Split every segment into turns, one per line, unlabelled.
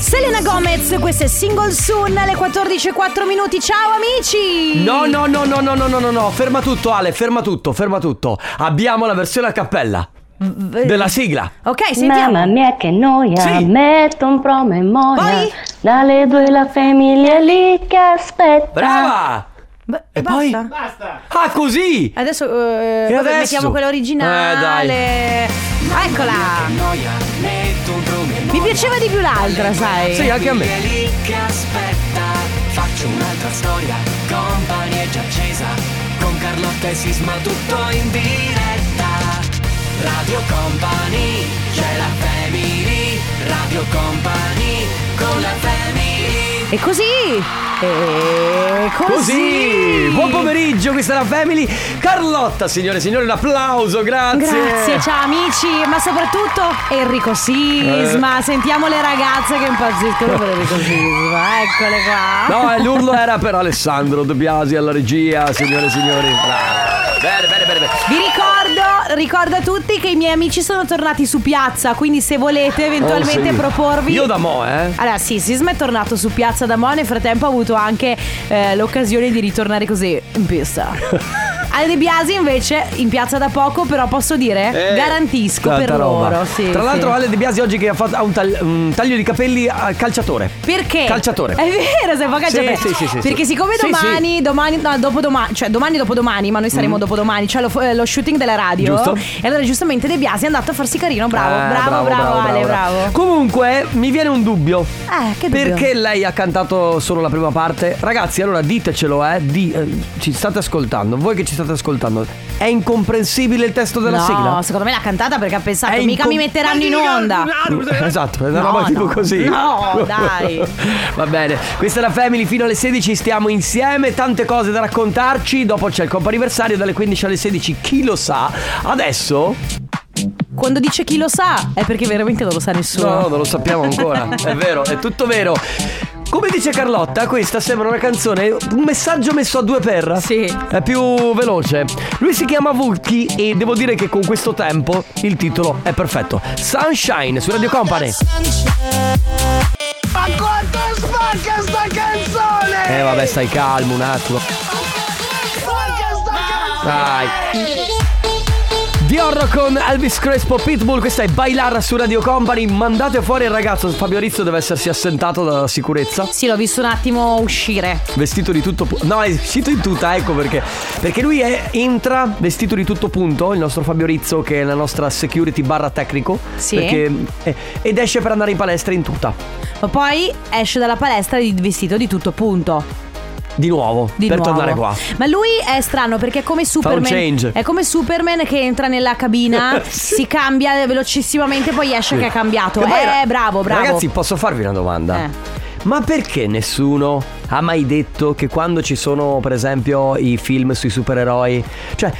Selena Gomez, questo è Single Soon alle 14.04 minuti. Ciao amici!
No, no, no, no, no, no, no, no, no, ferma tutto Ale, ferma tutto, ferma tutto. Abbiamo la versione a cappella
eh.
della sigla.
Ok, sentiamo.
Mamma mia che noia,
Sì.
metto un promemoria.
Poi?
Dalle due la famiglia è lì che aspetta.
Brava!
Eh, Beh,
E
basta.
poi? Ah, così!
Adesso, eh,
E
vabbè,
adesso?
mettiamo quella originale.
Eh, dai.
Eccola. Mi piaceva di più l'altra, sai.
Sì, anche a me.
E così. E così.
Così! Buon pomeriggio, questa è la Family. Carlotta, signore e signori, un applauso, grazie.
Grazie, ciao amici, ma soprattutto Enrico
Eh.
Sisma. Sentiamo le ragazze che impazziscono per Enrico Sisma. Eccole qua.
No, eh, l'urlo era per Alessandro De Biasi alla regia, signore e signori. Bravo. Bene, bene, bene, bene.
Vi ricordo, ricordo a tutti che i miei amici sono tornati su piazza, quindi se volete eventualmente
Oh, sì.
proporvi...
Io da mo, eh.
Allora, sì, Sisma è tornato su Piazza da Mo, nel frattempo ha avuto anche eh, l'occasione di ritornare così in pista. Ale De Biasi invece in piazza da poco, però posso dire,
Eh,
garantisco
tanta
per
roba.
loro. Sì,
Tra l'altro,
sì.
Ale De Biasi oggi che ha fatto ha un, tag- un taglio di capelli a calciatore.
Perché?
Calciatore.
È vero, se fa calciatore.
Sì, sì, sì, sì,
Perché
sì.
siccome
Sì, Mm.
domani, domani, no, dopodomani, cioè domani dopodomani, ma noi saremo dopodomani, c'è lo, eh, lo shooting della radio.
Giusto.
E allora giustamente De Biasi è andato a farsi carino, bravo,
Eh,
bravo, bravo, Ale, bravo.
Comunque, mi viene un dubbio.
Eh, che dubbio.
Perché lei ha cantato solo la prima parte? Ragazzi, allora ditecelo, eh, di- eh, ci state ascoltando, voi che ci state ascoltando, è incomprensibile il testo della
no,
sigla?
secondo me l'ha cantata perché ha pensato,
È
mica
incom-
mi metteranno in onda.
Esatto, è una
No,
roba tipo
no.
così.
No, dai.
Va bene, questa è la Family, fino alle 16 stiamo insieme, tante cose da raccontarci, dopo c'è il comp'anniversario dalle 15 alle 16, chi lo sa? Adesso
Quando dice chi lo sa, è perché veramente non lo sa nessuno.
No, non lo sappiamo ancora. È vero, è tutto vero. Come dice Carlotta, questa sembra una canzone, un messaggio messo a due per.
Sì.
È più veloce. Lui si chiama Vulky e devo dire che con questo tempo il titolo è perfetto. Sunshine su Radio Company.
Ma quanto spacca sta canzone!
Eh vabbè, stai calmo un attimo.
Spacca sta canzone!
Dai. Diorro con Elvis Crespo Pitbull, questa è Bailar su Radio Company. Mandate fuori il ragazzo, Fabio Rizzo deve essersi assentato dalla sicurezza.
Sì, l'ho visto un attimo uscire.
Vestito di tutto punto. No, è vestito in tuta, ecco perché. Perché lui è- entra vestito di tutto punto, il nostro Fabio Rizzo, che è la nostra security barra tecnico.
Sì.
perché- eh, ed esce per andare in palestra in tuta.
Ma poi esce dalla palestra di- vestito di tutto punto.
Di nuovo.
Di
per
nuovo.
tornare qua.
Ma lui è strano perché è come
un
Superman.
change.
È come Superman che entra nella cabina, si cambia velocissimamente, poi esce che ha cambiato.
Che poi
eh,
ra-
bravo, bravo.
Ragazzi, posso farvi una domanda?
Eh.
Ma perché nessuno ha mai detto che quando ci sono, per esempio, i film sui supereroi? Cioè.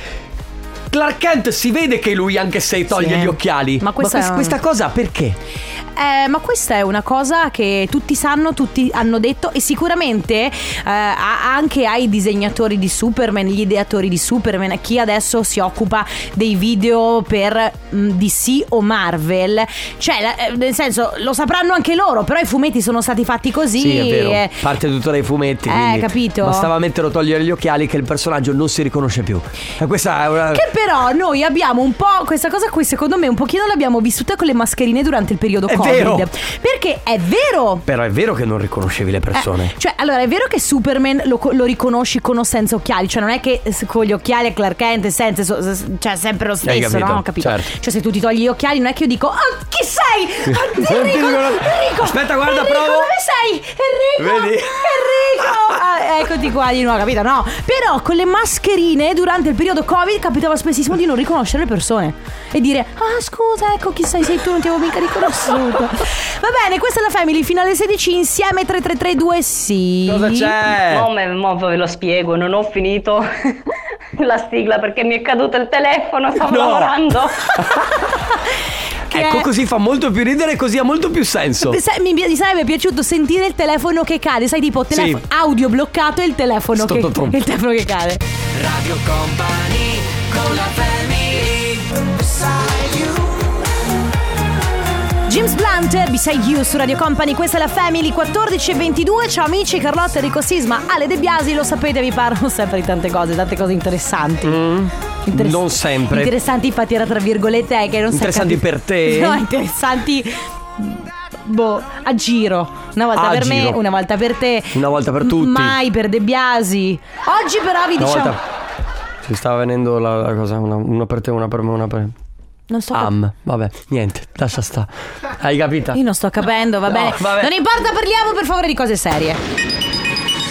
Clark Kent si vede che lui anche se toglie
Sì.
gli occhiali.
Ma questa
quest-
è-
questa cosa perché?
Eh, ma questa è una cosa che tutti sanno, tutti hanno detto e sicuramente eh, a- anche ai disegnatori di Superman, gli ideatori di Superman, a chi adesso si occupa dei video per mh, DC o Marvel, cioè la- eh, nel senso lo sapranno anche loro, però i fumetti sono stati fatti così.
Sì, è vero.
eh,
Parte tutto dai fumetti.
Eh,
quindi
capito.
Bastava mettere o togliere gli occhiali che il personaggio non si riconosce più. E questa è una.
Che però noi abbiamo un po' questa cosa qui, secondo me, un pochino l'abbiamo vissuta con le mascherine durante il periodo
È
Covid.
vero.
Perché è vero!
Però è vero che non riconoscevi le
Eh,
persone.
cioè, allora è vero che Superman lo, co- lo riconosci con o senza occhiali, cioè non è che s- con gli occhiali è Clark Kent, e senza, so- s- cioè è sempre lo stesso,
capito,
no? Ho Capito?
certo.
Cioè se tu ti togli gli occhiali non è che io dico, oh, chi sei? Oh,
Non ti
Enrico,
riconos-
Enrico,
Aspetta, guarda,
Enrico,
provo.
dove sei? Enrico,
Vedi?
Enrico, Ah, eccoti qua di nuovo, capito? No, però con le mascherine durante il periodo Covid capitava spessissimo di non riconoscere le persone e dire, ah scusa, ecco chi sei, sei tu, non ti avevo mica riconosciuto. Va bene, questa è la Family, fino alle 16 insieme 3332, sì.
Cosa c'è?
Mo, me- mo ve lo spiego, non ho finito la sigla perché mi è caduto il telefono, stavo
No.
lavorando.
Che
ecco,
è-
così fa molto più ridere e così ha molto più senso.
Sai, mi, mi sarebbe piaciuto sentire il telefono che cade, sai tipo telefo-
Sì.
audio bloccato e il telefono,
Sto
che,
totrum.
il telefono che cade. James Blunt, Beside You su Radio Company, questa è la Family 14 e 22. Ciao amici, Carlotta, Enrico Sisma, Ale De Biasi, lo sapete, vi parlo sempre di tante cose, tante cose interessanti. Interess-
Mm? non sempre.
Interessanti, infatti, era tra virgolette, eh, che non si è
Interessanti
capito-
per te?
No, interessanti. Boh, a giro. Una volta
Ah, A
per me,
giro.
una volta per te.
Una volta per
M-
tutti.
Mai per De Biasi. Oggi, però, vi
Una
diciamo.
volta ci stava venendo la, la cosa, una, una per te, una per me, una per...
Non sto cap-
Am, vabbè, niente, lascia sta. Hai capito?
Io non sto capendo, va
No,
bene.
vabbè.
Non importa, parliamo per favore di cose serie.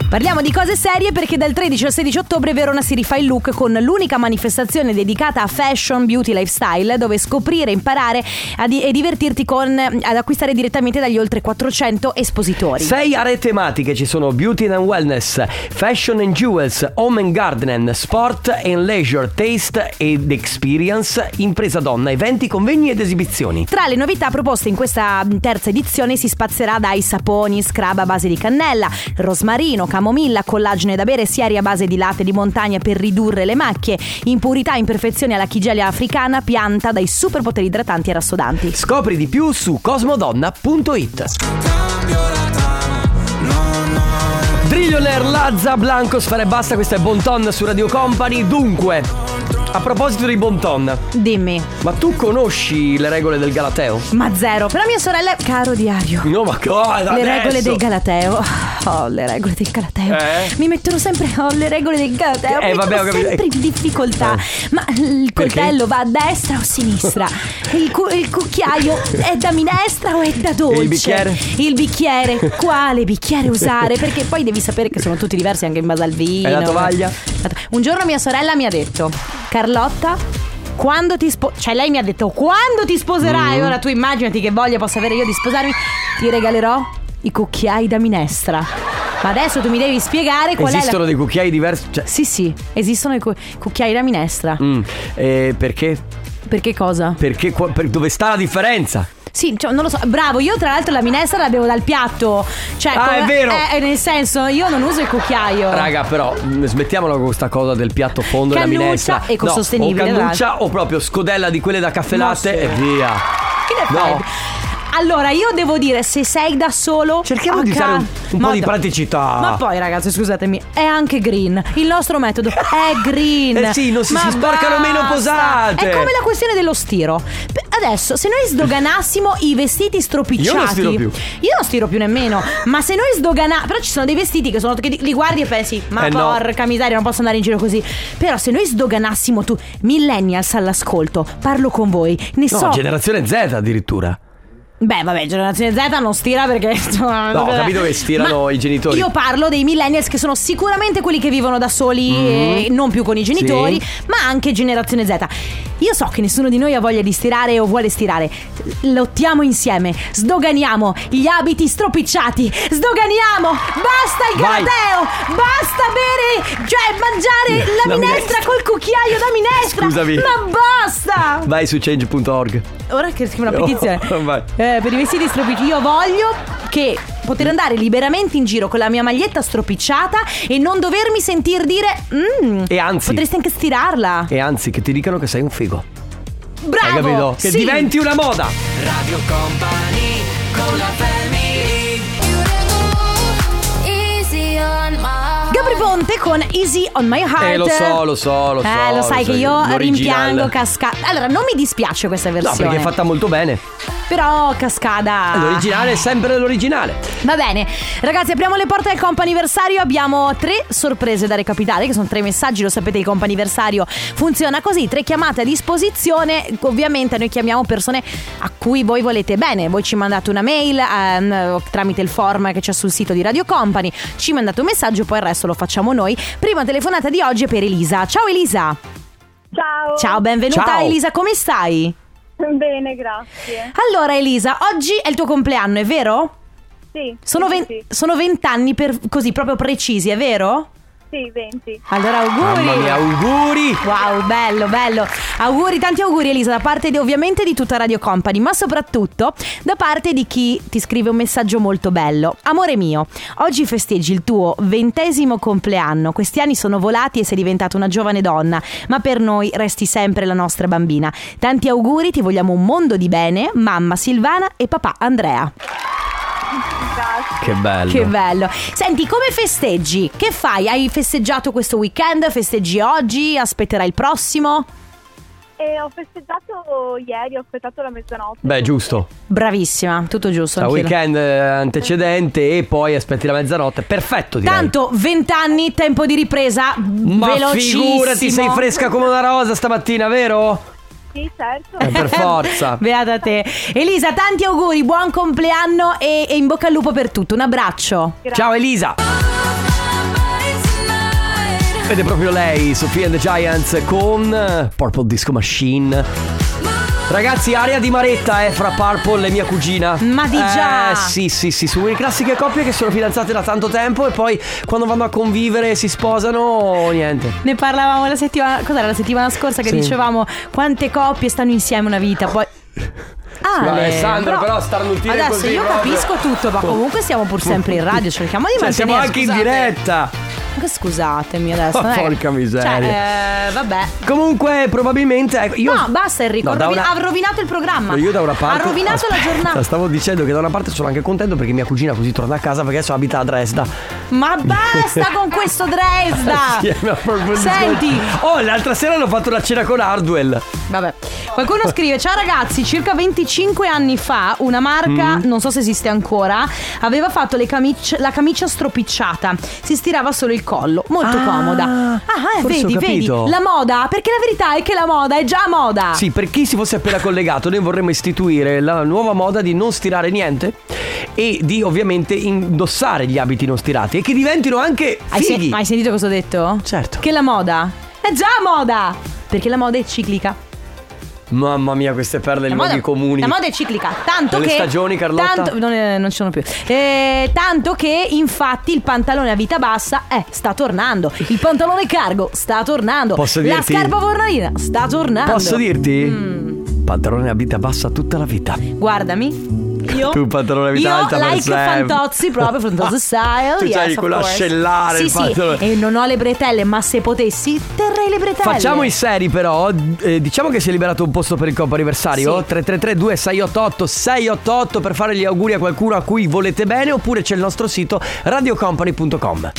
Parliamo di cose serie perché dal 13 al 16 ottobre Verona si rifà il look con l'unica manifestazione dedicata a fashion, beauty, lifestyle, dove scoprire, imparare a di- e divertirti con ad acquistare direttamente dagli oltre 400 espositori.
Sei aree tematiche ci sono Beauty and Wellness, Fashion and Jewels, Home and Garden, Sport and Leisure, Taste ed Experience, Impresa Donna, eventi, convegni ed esibizioni.
Tra le novità proposte in questa mm, terza edizione si spazierà dai saponi, scrub a base di cannella, rosmarino, camomilla, collagene da bere, sieri a base di latte di montagna per ridurre le macchie, impurità e imperfezioni alla chigelia africana, pianta dai superpoteri idratanti e rassodanti.
Scopri di più su cosmodonna.it. Drillionaire Lazza Blanco Sfera e Basta, questo è Bonton su Radio Company. Dunque, a proposito di Bonton,
Dimmi,
ma tu conosci le regole del Galateo?
ma zero, però mia sorella, caro diario.
No, ma cosa?
Le regole
adesso?
del Galateo. Oh, le regole del Galateo.
Eh?
Mi mettono sempre. Oh, le regole del Galateo.
Eh,
mi
vabbè, ho
mettono
capito. Eh.
sempre in difficoltà. Ma il
Perché?
coltello va a destra o a sinistra? il, cu- il cucchiaio è da minestra o è da dolce?
E il bicchiere?
Il bicchiere, Quale bicchiere usare? Perché poi devi sapere che sono tutti diversi anche in base al vino.
E la tovaglia?
La to- Un giorno mia sorella mi ha detto, Carlotta. Quando ti sposerai, cioè lei mi ha detto quando ti sposerai,
Mm.
ora tu immaginati che voglia possa avere io di sposarmi, ti regalerò i cucchiai da minestra. Ma adesso tu mi devi spiegare qual è
Esistono
la...
dei cucchiai diversi? Cioè,
Sì, sì, esistono i cu- cucchiai da minestra.
mm, eh, perché?
Perché cosa?
Perché qua- per- dove sta la differenza?
Sì, cioè, non lo so. Bravo, io tra l'altro la minestra la bevo dal piatto. Cioè,
Ah, è vero.
Eh, nel senso, io non uso il cucchiaio.
Raga, però mh, smettiamola con questa cosa del piatto fondo e la
Cannuccia,
minestra.
ecosostenibile,
No, o cannuccia o proprio scodella di quelle da caffè
No,
latte e
sì.
via.
Che ne
No.
fai? Allora, io devo dire, se sei da solo.
Cerchiamo
a
di
ca-
fare un, un po' di
Madonna.
praticità.
Ma poi ragazzi scusatemi È anche green Il nostro metodo è green
Eh sì, non si-
Ma
si sporcano
basta.
meno posate.
È come la questione dello stiro P- Adesso se noi sdoganassimo i vestiti stropicciati
Io non stiro più.
Io non stiro più nemmeno Ma se noi sdoganassimo Però ci sono dei vestiti che, sono, che li- li guardi e pensi Ma
Eh no.
porca miseria non posso andare in giro così Però se noi sdoganassimo tu Millennials all'ascolto Parlo con voi Ne
no,
so
generazione Z addirittura.
Beh, vabbè, generazione Z non stira perché. insomma,
No, ho capito che stirano
Ma
i genitori.
Io parlo dei millennials che sono sicuramente quelli che vivono da soli
Mhm.
e non più con i genitori, ma anche generazione Z. Io so che nessuno di noi ha voglia di stirare o vuole stirare. Lottiamo insieme, sdoganiamo gli abiti stropicciati, sdoganiamo! Basta il
Vai.
galateo! Basta bere, cioè mangiare la,
La
minestra,
minestra.
col cucchiaio da minestra!
Scusami.
Ma basta!
Vai su change.org.
Ora che scrivo una petizione.
Oh, vai.
Eh, per i vestiti stropicciati. Io voglio che poter andare liberamente in giro con la mia maglietta stropicciata e non dovermi sentir dire. "Mm,
E anzi-
Potresti anche stirarla.
E anzi, che ti dicano che sei un figo.
Bravo!
Hai capito? Che
sì.
diventi una moda.
Easy on my
Gabri Ponte con Easy on My Heart.
Eh, lo so, lo so, lo so.
Eh, lo sai che io
l'original-
rimpiango cascata. Allora, non mi dispiace questa
No,
versione.
perché è fatta molto bene.
Però cascada.
L'originale è sempre l'originale.
Va bene, ragazzi, apriamo le porte al companiversario. Abbiamo tre sorprese da recapitare, che sono tre messaggi. Lo sapete, il companiversario funziona così: tre chiamate a disposizione. Ovviamente, noi chiamiamo persone a cui voi volete bene. Voi ci mandate una mail ehm, tramite il form che c'è sul sito di Radio Company, ci mandate un messaggio, poi il resto lo facciamo noi. Prima telefonata di oggi è per Elisa. Ciao Elisa!
Ciao.
Ciao, benvenuta
Ciao.
Elisa, come stai?
Bene, grazie.
Allora, Elisa, oggi è il tuo compleanno, è vero?
Sì.
Sono,
sì,
ven-
sì.
sono vent'anni per così proprio precisi, è vero?
Sì, 20.
Allora auguri.
Mamma mia, auguri!
Wow, bello, bello. Auguri, tanti auguri Elisa da parte di ovviamente di tutta Radio Company, ma soprattutto da parte di chi ti scrive un messaggio molto bello. Amore mio, oggi festeggi il tuo ventesimo compleanno. Questi anni sono volati e sei diventata una giovane donna, ma per noi resti sempre la nostra bambina. Tanti auguri, ti vogliamo un mondo di bene, mamma Silvana e papà Andrea.
Grazie.
Che bello.
Che bello. Senti, come festeggi? Che fai? Hai festeggiato questo weekend? Festeggi oggi? Aspetterai il prossimo?
E ho festeggiato ieri, ho aspettato la mezzanotte.
Beh, giusto.
Bravissima, tutto giusto.
Tra
anch'io.
weekend eh, antecedente e poi aspetti la mezzanotte. Perfetto, direi.
Tanto 20 anni, tempo di ripresa.
Ma
velocissimo.
figurati, sei fresca come una rosa stamattina, vero?
Sì, certo.
Eh, per forza.
Beata te. Elisa, tanti auguri, buon compleanno e, e in bocca al lupo per tutto. Un abbraccio.
Grazie.
Ciao Elisa. Ed è proprio lei, Sofia and the Giants con eh, Purple Disco Machine. Ragazzi, aria di maretta eh, fra Purple e mia cugina.
Ma di già.
Eh, sì, sì, sì, sono quelle classiche coppie che sono fidanzate da tanto tempo e poi quando vanno a convivere e si sposano, niente.
Ne parlavamo la settimana, cos'era la settimana scorsa che
Sì.
dicevamo quante coppie stanno insieme una vita, poi Ah,
Scusa,
eh,
Alessandro, però starnutire
Adesso
così
io
proprio.
capisco tutto, ma comunque siamo pur sempre in radio, cerchiamo di
Cioè,
mantenere
siamo anche in
scusate.
diretta.
Anche Scusatemi adesso.
Ma
non è che-
porca miseria.
Cioè, eh, vabbè.
Comunque, probabilmente. ecco, Io...
No, basta Enrico,
No, da
ha rovi-
una-
ha rovinato il programma.
Io da una parte.
Ha rovinato la
Aspetta,
giornata.
Stavo dicendo che da una parte sono anche contento perché mia cugina così torna a casa perché adesso abita a Dresda.
Ma basta con questo Dresda.
Sì, ma proprio-
Ah. Senti. Ah.
Oh, l'altra sera l'ho fatto la cena con Hardwell.
Vabbè. Qualcuno scrive: Ciao ragazzi, circa 25 anni fa una marca,
Mm.
non so se esiste ancora, aveva fatto le camic- la camicia stropicciata. Si stirava solo il collo, molto
Ah,
comoda. Ah, eh,
forse ho
vedi, vedi,
capito.
la moda, perché la verità è che la moda è già moda.
Sì, per chi si fosse appena collegato, noi vorremmo istituire la nuova moda di non stirare niente e di ovviamente indossare gli abiti non stirati e che diventino anche
Hai, sen-
fighi.
hai sentito cosa ho detto?
Certo.
Che la moda è già moda. Perché la moda è ciclica.
Mamma mia, queste perle
La
in luoghi
moda,
comuni.
la moda è ciclica, tanto
Delle
che
stagioni, Carlotta?
tanto- non, eh, non ci sono più. Eh, tanto che infatti il pantalone a vita bassa eh, sta tornando, il pantalone cargo sta tornando,
Posso
la
dirti-
scarpa fornarina sta tornando. Mm,
Posso dirti? Padrone a vita bassa tutta la vita.
Guardami. Io,
Tu pantalone a vita
io
alta per
like
sempre.
Fantozzi proprio Fantozzi style
Tu
yes,
c'hai
of
quello a
course.
scellare,
Sì
il pantalone.
sì E non ho le bretelle Ma se potessi Terrei le bretelle
Facciamo i seri però, Eh, diciamo che si è liberato un posto per il compo anniversario,
Sì.
3332 688 688 per fare gli auguri a qualcuno a cui volete bene oppure c'è il nostro sito radiocompany.com.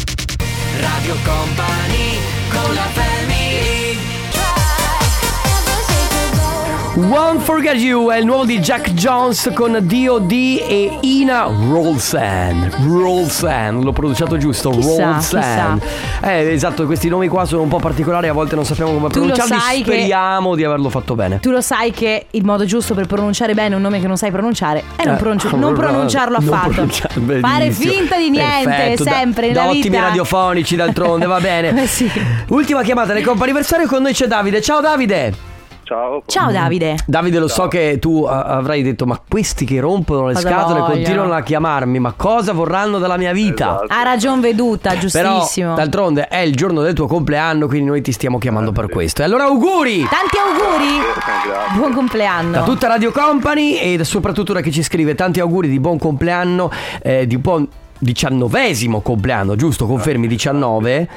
Won't Forget You è il nuovo di Jack Jones con D.O.D. e Ina Rolsan. Rolsan, l'ho pronunciato giusto,
Chissà,
Rolsan. Eh, esatto, questi nomi qua sono un po' particolari, a volte non sappiamo come
Tu lo
pronunciarli,
sai che-
speriamo di averlo fatto bene.
Tu lo sai che il modo giusto per pronunciare bene un nome che non sai pronunciare è non,
Eh,
pronunci- non pronunciarlo
non
affatto.
pronunciarlo,
Fare
benissimo.
finta di niente,
Perfetto, da-
sempre.
Da,
nella
ottimi
vita.
radiofonici d'altronde, va bene.
Eh sì.
Ultima chiamata del compo anniversario con noi c'è Davide. Ciao Davide.
Ciao.
Ciao Davide.
Davide, lo so che tu a- avrai detto, ma questi che rompono le
Cosa
scatole
vogliono?"
continuano a chiamarmi, ma cosa vorranno dalla mia vita?
Esatto.
Ha ragion veduta,
Però,
giustissimo.
d'altronde, è il giorno del tuo compleanno, quindi noi ti stiamo chiamando per questo. E allora auguri!
Tanti auguri.
Grazie.
Buon compleanno.
Da tutta Radio Company e soprattutto da chi ci scrive tanti auguri di buon compleanno, eh, di buon diciannovesimo compleanno, giusto? Confermi 19.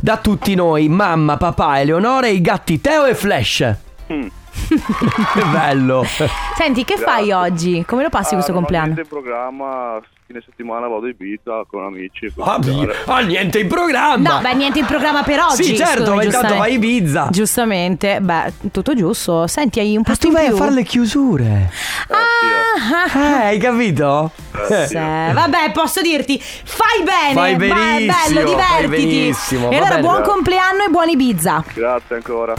Da tutti noi, mamma, papà, Eleonora e i gatti Teo e Flash.
Mm.
che bello!
Senti, che fai
Grazie.
oggi? Come lo passi questo
Ah, non ho
compleanno?
niente in programma, fine settimana vado a Ibiza con amici. per
Ah,
mangiare.
ah, niente in programma!
No, beh, niente in programma per oggi. eh.
sì, certo,
scusami,
ma intanto
giustamente.
vai a Ibiza.
Giustamente, beh, tutto giusto. Senti, hai un
Ma
posto
tu
in
vai a
più?
fare le chiusure.
Ah,
Eh, hai capito?
Eh,
Sì, Vabbè, posso dirti, fai bene,
Fai
vai,
benissimo,
bello,
fai
divertiti. e
benissimo, va
allora
bene.
buon compleanno e buoni Ibiza.
Grazie ancora.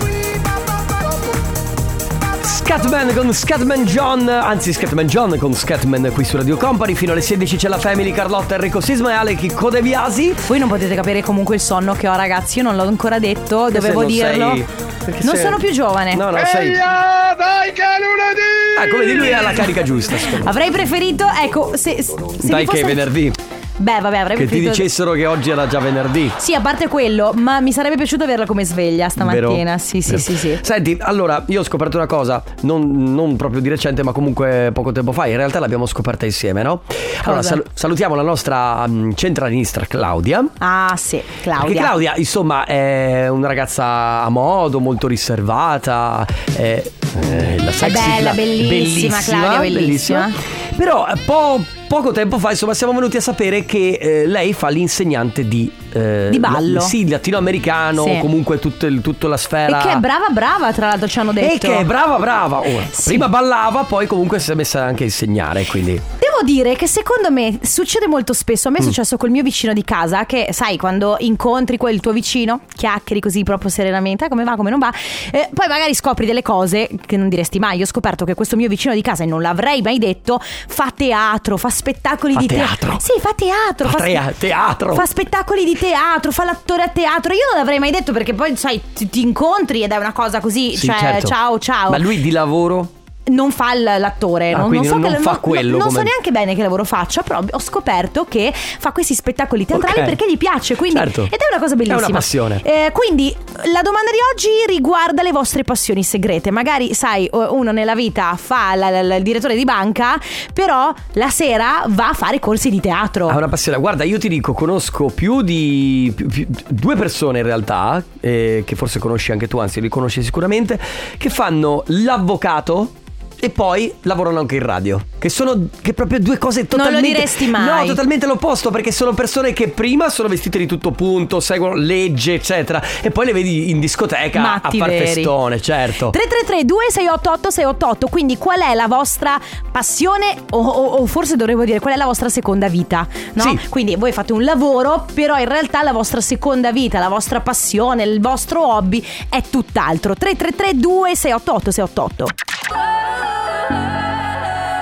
Scatman con Scatman John, anzi Scatman John con Scatman qui su Radio Company, fino alle 16 c'è la Family, Carlotta, Enrico Sisma e Alec Codeviasi.
Voi non potete capire comunque il sonno che ho, ragazzi, io non l'ho ancora detto, dovevo
non
dirlo.
sei- perché
Non
sei-
sono più giovane.
No, no, sei...
Eia, dai che è lunedì!
Ah, come di lui ha la carica giusta, secondo me.
Avrei preferito, ecco, se, se mi
Dai che
fosse-
è venerdì.
Beh, vabbè, avrei
Che ti
preferito.
dicessero che oggi era già venerdì.
Sì, a parte quello, ma mi sarebbe piaciuto averla come sveglia stamattina. Sì, sì,
Vero.
sì, sì.
Senti, allora, io ho scoperto una cosa, non, non proprio di recente, ma comunque poco tempo fa. In realtà l'abbiamo scoperta insieme, no? Allora,
Cosa?
sal- salutiamo la nostra mm, centralista Claudia.
Ah, sì, Claudia.
Perché Claudia, insomma, è una ragazza a modo, molto riservata. È, eh, la sexy
bella,
Cla-
bellissima, Claudia, bellissima.
Però eh, po- poco tempo fa, insomma, siamo venuti a sapere che eh, lei fa l'insegnante di. eh,
Di ballo.
la- sì, latinoamericano,
Sì.
comunque tutto il- tutta la sfera.
E che è brava, brava, tra l'altro ci hanno detto.
E che è brava, brava. Oh,
Sì.
Prima ballava, poi comunque si è messa anche a insegnare. Quindi.
Devo dire che secondo me succede molto spesso. A
Mm.
me è successo col mio vicino di casa che, sai, quando incontri quel tuo vicino, chiacchieri così proprio serenamente, "Ah, come va, come non va, eh, poi magari scopri delle cose che non diresti mai. Io ho scoperto che questo mio vicino di casa, e non l'avrei mai detto, fa teatro, fa spettacoli
Fa
di te-
teatro?
Sì, fa teatro.
Fa
spe-
trea- teatro.
Fa spettacoli di teatro, fa l'attore a teatro. Io non l'avrei mai detto perché poi, sai, ti, ti incontri ed è una cosa così,
Sì,
cioè,
certo.
ciao, ciao
Ma lui di lavoro?
non fa il- l'attore,
Ah,
non,
quindi
so,
non
che,
fa quello
non so
come-
neanche bene che lavoro faccia, però ho scoperto che fa questi spettacoli teatrali
Ok.
perché gli piace, quindi
Certo.
ed è una cosa
È una
bellissima.
passione.
Eh, quindi la domanda di oggi riguarda le vostre passioni segrete. Magari sai, o- uno nella vita fa la- la- la- il direttore di banca, però la sera va a fare corsi di teatro.
Ha una passione. Guarda, io ti dico, conosco più di più- più- due persone in realtà, eh, che forse conosci anche tu, anzi li conosci sicuramente, che fanno l'avvocato. E poi lavorano anche in radio. Che sono che proprio due cose
lo
totalmente.
diresti mai.
No, totalmente l'opposto. Perché sono persone che prima sono vestite di tutto punto, seguono legge, eccetera. E poi le vedi in discoteca
Matti
a far
veri.
festone, certo.
333 2688 688 Quindi qual è la vostra passione o, o- o forse dovremmo dire qual è la vostra seconda vita no?
Sì.
Quindi voi fate un lavoro però in realtà la vostra seconda vita, la vostra passione, il vostro hobby è tutt'altro 333 2688 688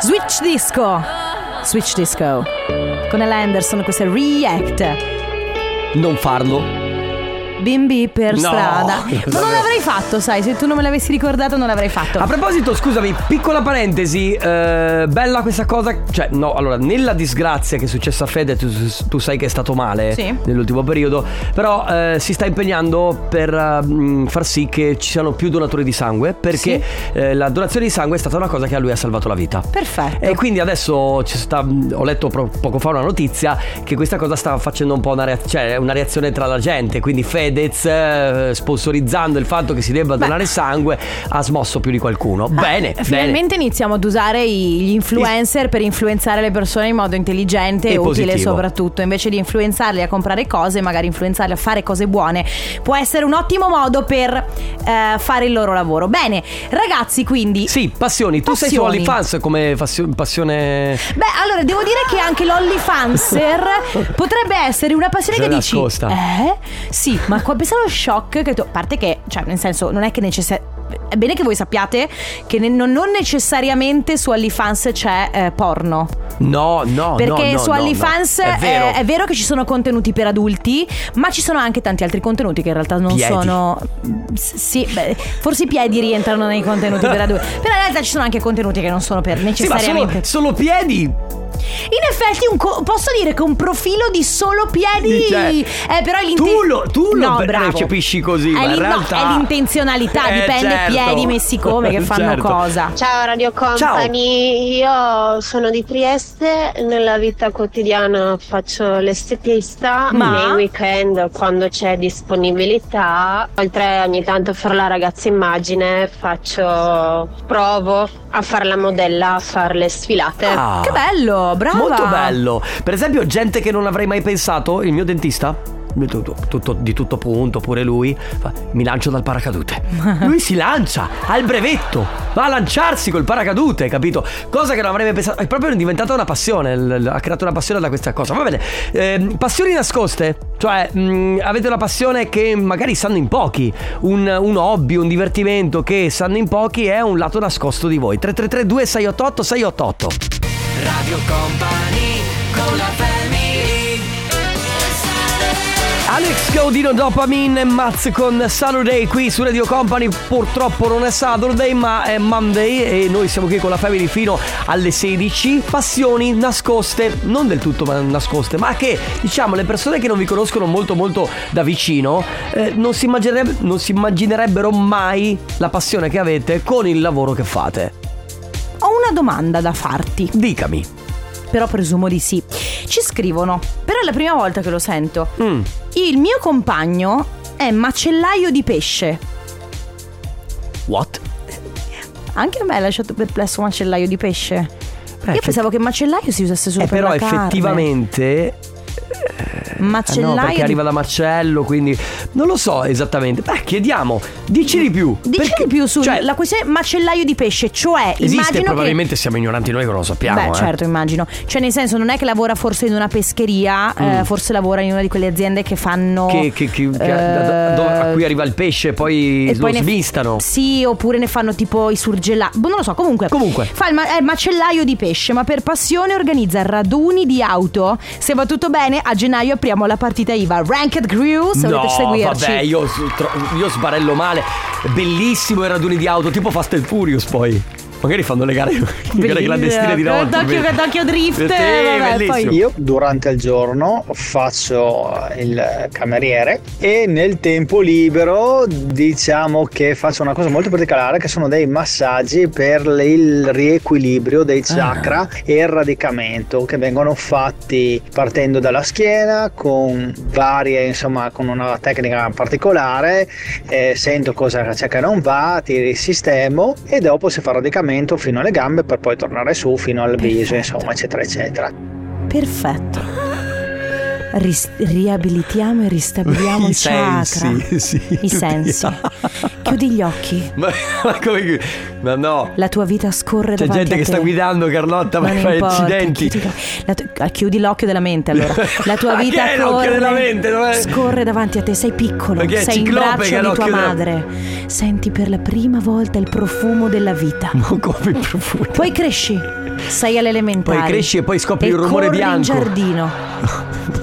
Switch Disco Switch Disco Con Ella Anderson questo è React
Non farlo.
Bimbi per
No,
strada Ma
lo
non
sapevo.
l'avrei fatto sai se tu non me l'avessi ricordato non l'avrei fatto
A proposito, scusami, piccola parentesi, eh, bella questa cosa, cioè no, allora, nella disgrazia che è successa a Fede, tu, tu sai che è stato male
Sì.
nell'ultimo periodo, però eh, si sta impegnando per eh, mh, far sì che ci siano più donatori di sangue, perché eh, la donazione di sangue è stata una cosa che a lui ha salvato la vita.
Perfetto
E quindi adesso ci sta, ho letto pro- poco fa una notizia che questa cosa sta facendo un po' una, reaz- cioè, una reazione tra la gente, quindi Fedez eh, sponsorizzando il fatto che si debba donare sangue ha smosso più di qualcuno. Eh, bene, bene.
Eh, Finalmente iniziamo ad usare i- gli influencer per influenzare le persone in modo intelligente e,
E
utile
positivo.
soprattutto, invece di influenzarli a comprare cose, magari influenzarli a fare cose buone, può essere un ottimo modo per eh, fare il loro lavoro. Bene, ragazzi, quindi
Sì, passioni, tu sei su
Passioni.
OnlyFans come fassi- passione
Beh, allora devo dire che anche l'OnlyFanser potrebbe essere una passione
Cioè,
che dici.
nascosta.
Eh? Sì, ma qua pensavo allo shock che tu. A parte che, cioè, nel senso, non è che necessariamente. È bene che voi sappiate che ne- non non necessariamente su OnlyFans c'è eh, porno.
No, no,
Perché
Oh, no, no,
su
no, no.
OnlyFans eh,
è vero.
che ci sono contenuti per adulti, ma ci sono anche tanti altri contenuti che in realtà non
Piedi.
sono. S- Sì, beh, forse i piedi rientrano nei contenuti per adulti. Però in realtà ci sono anche contenuti che non sono per
Sì, ma
necessariamente.
solo, solo piedi.
In effetti, un co- posso dire che un profilo di solo piedi.
Cioè,
eh, però è l'inten-
tu lo- tu lo
No,
per-
bravo.
percepisci così, ma
È
in
no,
realtà-
è l'intenzionalità,
Eh,
dipende
certo.
piedi messi come, che fanno
Certo.
cosa.
Ciao Radio Company, io sono di Trieste, nella vita quotidiana faccio l'estetista,
Ma?
nei weekend quando c'è disponibilità, oltre ogni tanto fare la ragazza immagine, faccio provo a fare la modella, a fare le sfilate.
Ah.
Eh, Che bello, brava.
Molto bello. Per esempio, gente che non avrei mai pensato, il mio dentista. di tutto- tutto- di tutto punto, pure lui. fa, Mi lancio dal paracadute. Lui si lancia al brevetto, va a lanciarsi col paracadute, capito? Cosa che non avrei mai pensato. È proprio diventata una passione. l- l- ha creato una passione da questa cosa. Va bene. Ehm, passioni nascoste. Cioè, mh, avete una passione che magari sanno in pochi. Un, un hobby, un divertimento che sanno in pochi è un lato nascosto di voi. 3332 688 688. Alex Disco, Dino Dopamin e Maz con Saturday qui su Radio Company. Purtroppo non è Saturday, ma è Monday e noi siamo qui con la Family fino alle 16. Passioni nascoste, non del tutto ma- nascoste, ma che diciamo le persone che non vi conoscono molto molto da vicino eh, non, si immaginereb- non si immaginerebbero mai la passione che avete con il lavoro che fate.
Ho una domanda da farti.
Dicami.
Però presumo di sì. Ci scrivono, però è la prima volta che lo sento.
Mm.
Il mio compagno è macellaio di pesce.
What?
Anche a me ha lasciato perplesso macellaio di pesce.
Beh,
Io
effetti-
pensavo che macellaio si usasse solo
Eh,
per
però
la carne.
effettivamente Eh
Macellaio
no, perché
di-
arriva da macello, quindi non lo so esattamente. Beh, chiediamo, dici di più.
Dici
Perché-
di più sulla
cioè,
questione macellaio di pesce, cioè
esiste,
immagino che
probabilmente siamo ignoranti noi che non lo sappiamo.
Beh,
eh.
certo, immagino. Cioè, nel senso, non è che lavora forse in una pescheria, eh, forse lavora in una di quelle aziende che fanno.
Mm. Che, che- che- che-
eh,
dove- a cui arriva il pesce e poi
e
lo
poi ne-
smistano.
Sì, oppure ne fanno tipo i surgelati. Boh, non lo so, comunque.
Comunque.
Fa il ma- è macellaio di pesce, ma per passione organizza raduni di auto. Se va tutto bene, a gennaio apriamo la partita IVA. Ranked Crew, se
No,
volete seguirci.
vabbè, io, s- tro- io sbarello male. Bellissimo i raduni di auto, tipo Fast and Furious poi. Magari fanno le gare, le gare
Bellissimo.
clandestine di notte.
Tokyo-
vedi?
Tokyo Drift,
Sì,
vabbè, poi-
bellissimo.
Io durante il giorno faccio il cameriere e nel tempo libero diciamo che faccio una cosa molto particolare che sono dei massaggi per le- il riequilibrio dei
Ah.
chakra e il radicamento che vengono fatti partendo dalla schiena con varie insomma con una tecnica particolare eh, sento cosa c'è che non va ti risistemo e dopo si fa il radicamento fino alle gambe per poi tornare su fino al viso insomma eccetera eccetera
Perfetto. Ris- riabilitiamo e ristabiliamo
I
il chakra.
sensi, sì,
I
tutti.
sensi. Chiudi gli occhi.
Ma, ma come che- Ma no.
La tua vita scorre
C'è
davanti
gente
a
che
te.
sta guidando, Carlotta, ma
Non
fai
importa,
accidenti.
Chiudi, la tu- ah, chiudi l'occhio della mente allora. La tua
Ma che
vita
è l'occhio
corre,
della mente? Dov'è?
scorre davanti a te, sei piccolo,
Ma che è
sei in
ciclope che
braccio
ha
di tua
l'occhio della-
madre. Senti per la prima volta il profumo della vita.
Ma come il profumo.
Poi cresci, sei all'elementare.
Poi cresci e poi scopri
E
il rumore
corri
bianco.
in giardino.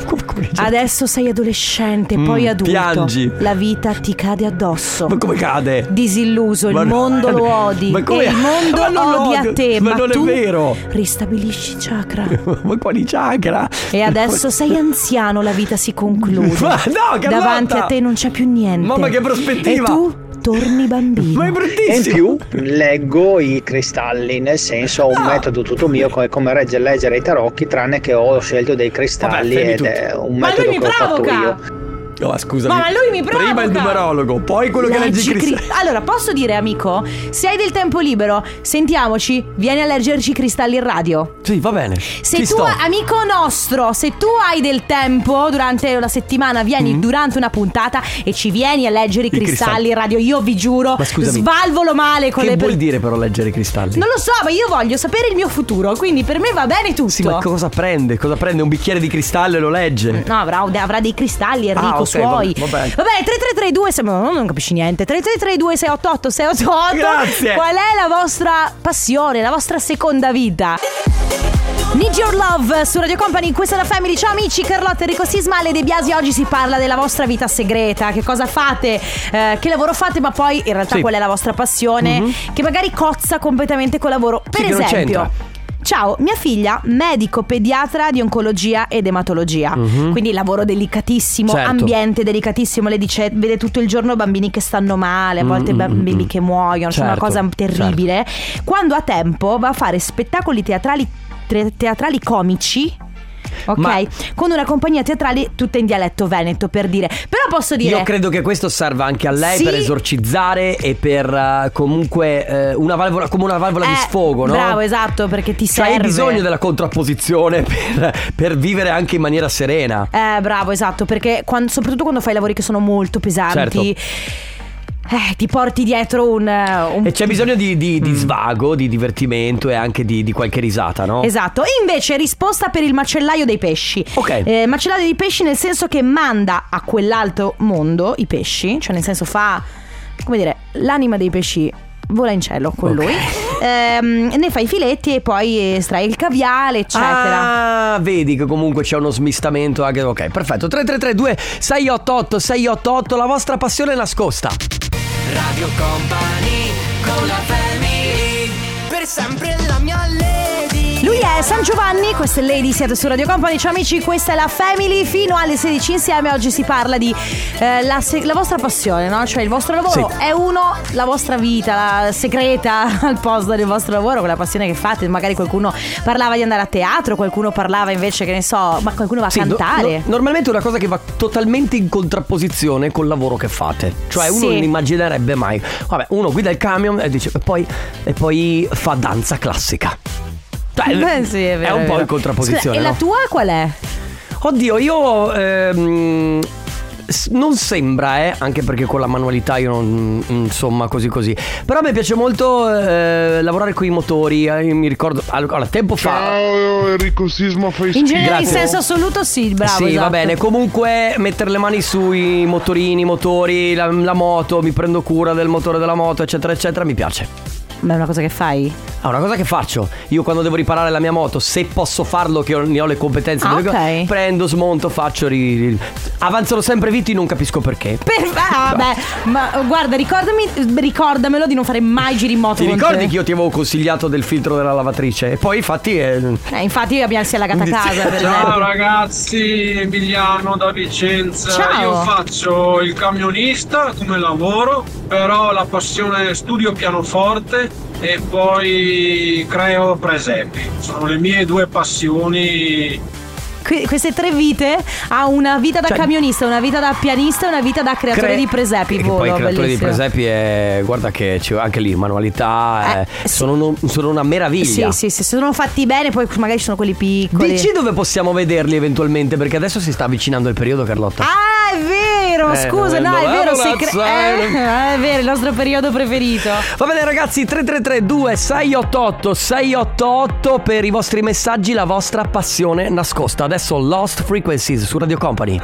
Come- come-
Adesso sei adolescente, poi
Mm,
adulto.
piangi.
La vita ti cade addosso.
Ma come cade?
Disilluso,
Ma
il
no,
mondo lo odi.
ma come-
E il mondo
ma non lo
odia
odio,
te.
ma
Ma,
non è
tu
vero.
Ristabilisci chakra.
Ma quali chakra?
E adesso sei anziano, la vita si conclude.
Ma no, Carlotta!
Davanti a te non c'è più niente.
Mamma, che prospettiva!
E tu torni bambino.
Ma è
E in
bruttissimo.
più leggo i cristalli, nel senso ho un
Ah.
metodo tutto mio come, come regge- leggere i tarocchi, tranne che ho scelto dei cristalli
fermi
ed
tutti.
è un
Ma lui
metodo
mi
che ho fatto
provoca!
io.
No, scusami.
Ma lui mi provoca!
Prima il numerologo, poi quello che leggi
Leggi
Cristo.
cri- Allora, posso dire, amico, se hai del tempo libero, sentiamoci, vieni a leggerci i cristalli in radio.
Sì, va bene.
Se
Ci
tu,
sto.
amico nostro, se tu hai del tempo durante la settimana, vieni
Mm-hmm.
durante una puntata e ci vieni a leggere i
I cristalli.
cristalli in radio, io vi giuro,
Ma scusami,
svalvolo male con
Che
le per-
vuol dire però leggere i cristalli?
Non lo so, ma io voglio sapere il mio futuro, quindi per me va bene tutto.
Sì, ma cosa prende? Cosa prende? Un bicchiere di cristallo e lo legge?
No, avrà, avrà dei cristalli, Enrico,
Ah, ok,
suoi.
va- va bene.
3332, se- no, non capisci niente. 3332 688 688.
Grazie.
Qual è la vostra passione, la vostra seconda vita? Need Your Love su Radio Company, questa è la Family. Ciao amici, Carlotta, Enrico Sisma, Le De Biasi. Oggi si parla della vostra vita segreta. Che cosa fate, eh, che lavoro fate, ma poi in realtà
Sì. Mhm.
qual è la vostra passione, che magari cozza completamente col lavoro. Per
Sì, che non c'entra.
esempio. Ciao, mia figlia, medico pediatra di oncologia ed ematologia. Ah, Quindi lavoro delicatissimo,
Mm. Certo.
ambiente delicatissimo. Lei dice, vede tutto il giorno bambini che stanno male, a
Mm,
volte bambini che muoiono, cioè una
Certo,
cosa terribile. Quando ha tempo va a fare spettacoli teatrali, tre- teatrali comici. Ok,
Ma-
con una compagnia teatrale tutta in dialetto veneto per dire. Però posso dire.
Io credo che questo serva anche a lei
Sì.
per esorcizzare e per eh, comunque eh, una valvola, come una valvola di
Eh,
sfogo, no?
Bravo, esatto, perché ti
Cioè,
serve.
hai bisogno della contrapposizione per, per vivere anche in maniera serena.
Eh, bravo, esatto, perché quan- soprattutto quando fai lavori che sono molto pesanti, eh, ti porti dietro un. eh, un-
Certo. E c'è bisogno di, di-
Mm.
di svago, di divertimento e anche di, di qualche risata, no?
Esatto, e invece risposta per il macellaio dei pesci.
Ok.
Eh, macellaio dei pesci nel senso che manda a quell'altro mondo i pesci, cioè nel senso fa, come dire, l'anima dei pesci vola in cielo con
Ok.
lui. ehm, ne fai i filetti e poi estrai il caviale, eccetera.
Ah, vedi che comunque c'è uno smistamento anche. Ok, perfetto. 3332 688 688 la vostra passione nascosta. Radio Company con la
Per sempre la mia lady.
Lui è San Giovanni, questa è Lady, siete su Radio Company, ciao amici, questa è la Family, fino alle 16 insieme, oggi si parla di eh, la, se- la vostra passione, no? cioè il vostro lavoro
Sì.
è uno, la vostra vita la segreta al posto del vostro lavoro, quella passione che fate, magari qualcuno parlava di andare a teatro, qualcuno parlava invece che ne so, ma qualcuno va a
Sì, no-
cantare.
no- normalmente è una cosa che va totalmente in contrapposizione col lavoro che fate. Cioè, uno
Sì.
non immaginerebbe mai. Vabbè, uno guida il camion e dice, e poi, e poi fa danza classica. Cioè,
Beh, Eh, sì, è, vero,
un po'
vero.
in contrapposizione.
Scusa,
no?
E la tua qual è?
Oddio, io. ehm, s- non sembra, eh, anche perché con la manualità io non. mm, insomma, così così. Però a me piace molto eh, lavorare con i motori. eh, io mi ricordo. al- Allora, tempo fa.
Enrico Sisma fai
In genere in
Grazie.
senso assoluto sì, bravo.
sì, va
esatto.
bene. Comunque, mettere le mani sui motorini, i motori, la, la moto, mi prendo cura del motore della moto, eccetera, eccetera, mi piace.
Ma è una cosa che fai?
Ah, una cosa che faccio, io quando devo riparare la mia moto, se posso farlo, che ho- ne ho le competenze,
Ah,
delle co-
ok.
prendo, smonto, faccio, ri- ri- avanzano sempre viti, non capisco perché.
Per- ah, beh, ma guarda, ricordami, ricordamelo di non fare mai giri in moto.
Ti
con
ricordi
te.
che io ti avevo consigliato del filtro della lavatrice? E poi infatti eh,
Eh, infatti abbiamo si è allagata a
Inizia-
casa per
Ciao
esempio.
ragazzi, Emiliano da Vicenza.
Ciao.
Io faccio il camionista come lavoro, però la passione è studio pianoforte e poi creo presepi. Sono le mie due passioni.
Que- queste tre vite ha una vita da
Cioè-
camionista, una vita da pianista e una vita da creatore
cre-
di presepi.
Che
Volo,
poi il creatore di
bellissimo.
presepi è guarda che c'è anche lì manualità
Eh,
eh,
sì.
sono, uno- sono una
Sì,
meraviglia.
sì, sì, se sono fatti bene, poi magari ci sono quelli piccoli.
Dici dove possiamo vederli eventualmente perché adesso si sta avvicinando il periodo Carlotta.
Ah, è vero,
Eh,
scusa, no, è
dovendo
vero, si cre- eh,
lavorare.
è vero, il nostro periodo preferito.
Va bene ragazzi 333 2688 688 per i vostri messaggi la vostra passione nascosta. Adesso Lost Frequencies su Radio Company.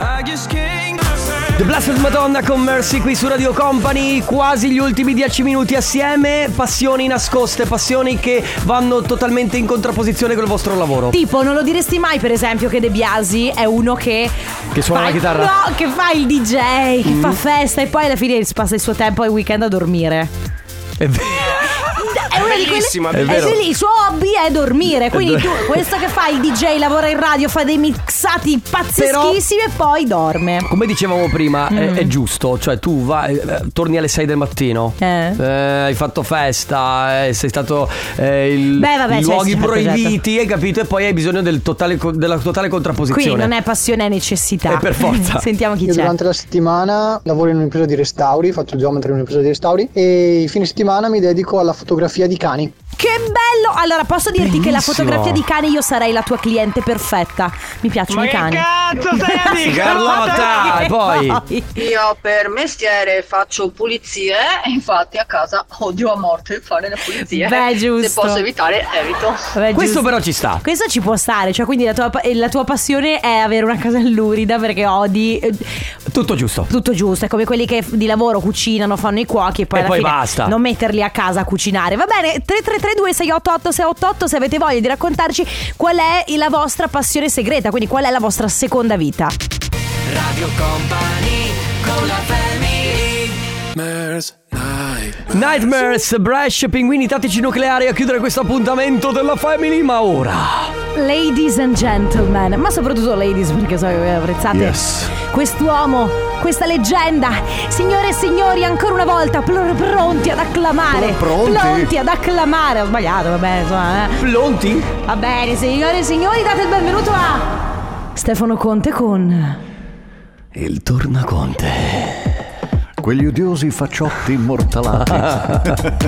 The Blessed Madonna con Mercy qui su Radio Company, quasi gli ultimi dieci minuti assieme, passioni nascoste, passioni che vanno totalmente in contrapposizione col vostro lavoro.
Tipo, non lo diresti mai, per esempio, che De Biasi è uno che.
Che suona
fa
la
il-
chitarra. Mm.
No, che fa il DJ, che fa festa e poi alla fine passa il suo tempo ai weekend a dormire.
È vero.
È una di
Bellissima,
quelle-
è vero.
Eh sì, lì, il suo hobby è dormire. Quindi
do-
tu, questo che fa il DJ, lavora in radio, fa dei mixati pazzeschissimi e poi dorme.
Come dicevamo prima,
Mm.
è, è giusto, cioè tu vai, eh, torni alle 6 del mattino,
Eh.
hai fatto festa, eh, sei stato eh, il-
Beh, vabbè,
in
cioè,
luoghi
certo,
proibiti, hai capito, e poi hai bisogno del totale co- della totale contrapposizione.
Qui non è passione, è necessità.
Eh, per forza.
Sentiamo chi
Io
c'è.
durante la settimana lavoro in un'impresa di restauri, faccio il geometra in un'impresa di restauri e i fine settimana mi dedico alla fotografia di cani.
Che bello! Allora, posso dirti che la
Bellissimo.
fotografia di cani io sarei la tua cliente perfetta. Mi piacciono i cani.
cazzo stai a
Sì, Carlotta, e Ah, poi...
Io per mestiere faccio pulizie e infatti a casa odio a morte fare le pulizie.
Beh, giusto.
Se posso evitare, evito.
Vabbè,
Questo
giusto.
però ci sta.
Questo ci può stare, cioè quindi la tua, pa- la tua passione è avere una casa lurida perché odi eh,
Tutto giusto.
tutto giusto, è come quelli che f- di lavoro cucinano, fanno i cuochi e poi,
E
alla
poi
fine
basta.
non metterli a casa a cucinare. Va bene, 3332 688 688 se avete voglia di raccontarci qual è la vostra passione segreta, quindi qual è la vostra seconda vita.
Nightmares, Brash, pinguini tattici nucleari a chiudere questo appuntamento della Family, ma ora...
Ladies and gentlemen, ma soprattutto ladies perché so che voi apprezzate quest'uomo, questa leggenda. Signore e signori, ancora una volta pr- pronti ad acclamare.
Pronti?
ad acclamare. Ho sbagliato, vabbè, insomma. eh.
Pronti?
Va bene, signore e signori, date il benvenuto a Stefano Conte con
Il tornaconte.
Quegli odiosi facciotti
Eh.
immortalati.
Questa è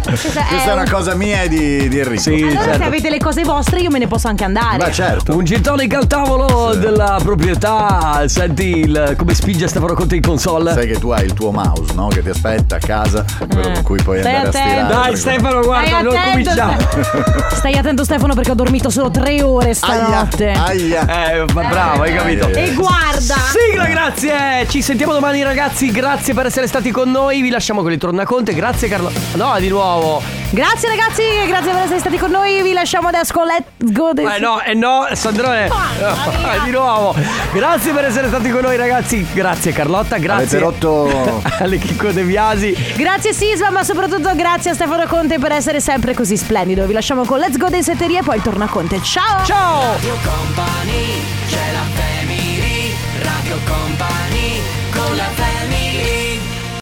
Questa è
un-
una cosa mia e di, di Enrico.
Sì,
Allora se
certo.
avete le cose vostre io me ne posso anche andare.
Ma certo.
Un gin tonic al tavolo della proprietà. Senti il, come spinge Stefano Conte in console.
Sai che tu hai il tuo mouse, no? Che ti aspetta a casa, quello
Eh.
con cui puoi
Stai
andare
attento.
a stirare.
Dai
perché-
Stefano, guarda,
Stai
non
attento,
cominciamo.
Ste- Stai attento Stefano perché ho dormito solo tre ore stanotte.
Aia, aia.
Eh, ma bravo, hai capito.
Eh,
E guarda!
Sigla, grazie! Ci sentiamo domani ragazzi, grazie per essere stati con noi, vi lasciamo con il tornaconte, grazie Carlo. No, di nuovo! Eh,
Grazie ragazzi, grazie per essere stati con noi. Vi lasciamo adesso con Let's Go. This-
Eh no, eh no, Sandrone. No, eh, di nuovo. Grazie per essere stati con noi, ragazzi. Grazie Carlotta, grazie.
Avete rotto-
alle Chicco De Biasi.
Grazie Sisma, ma soprattutto grazie a Stefano Conte per essere sempre così splendido. Vi lasciamo con Let's Go dei Setteria e poi torna Conte. Ciao!
Ciao!
Radio Company, c'è la family, Radio Company, con la family.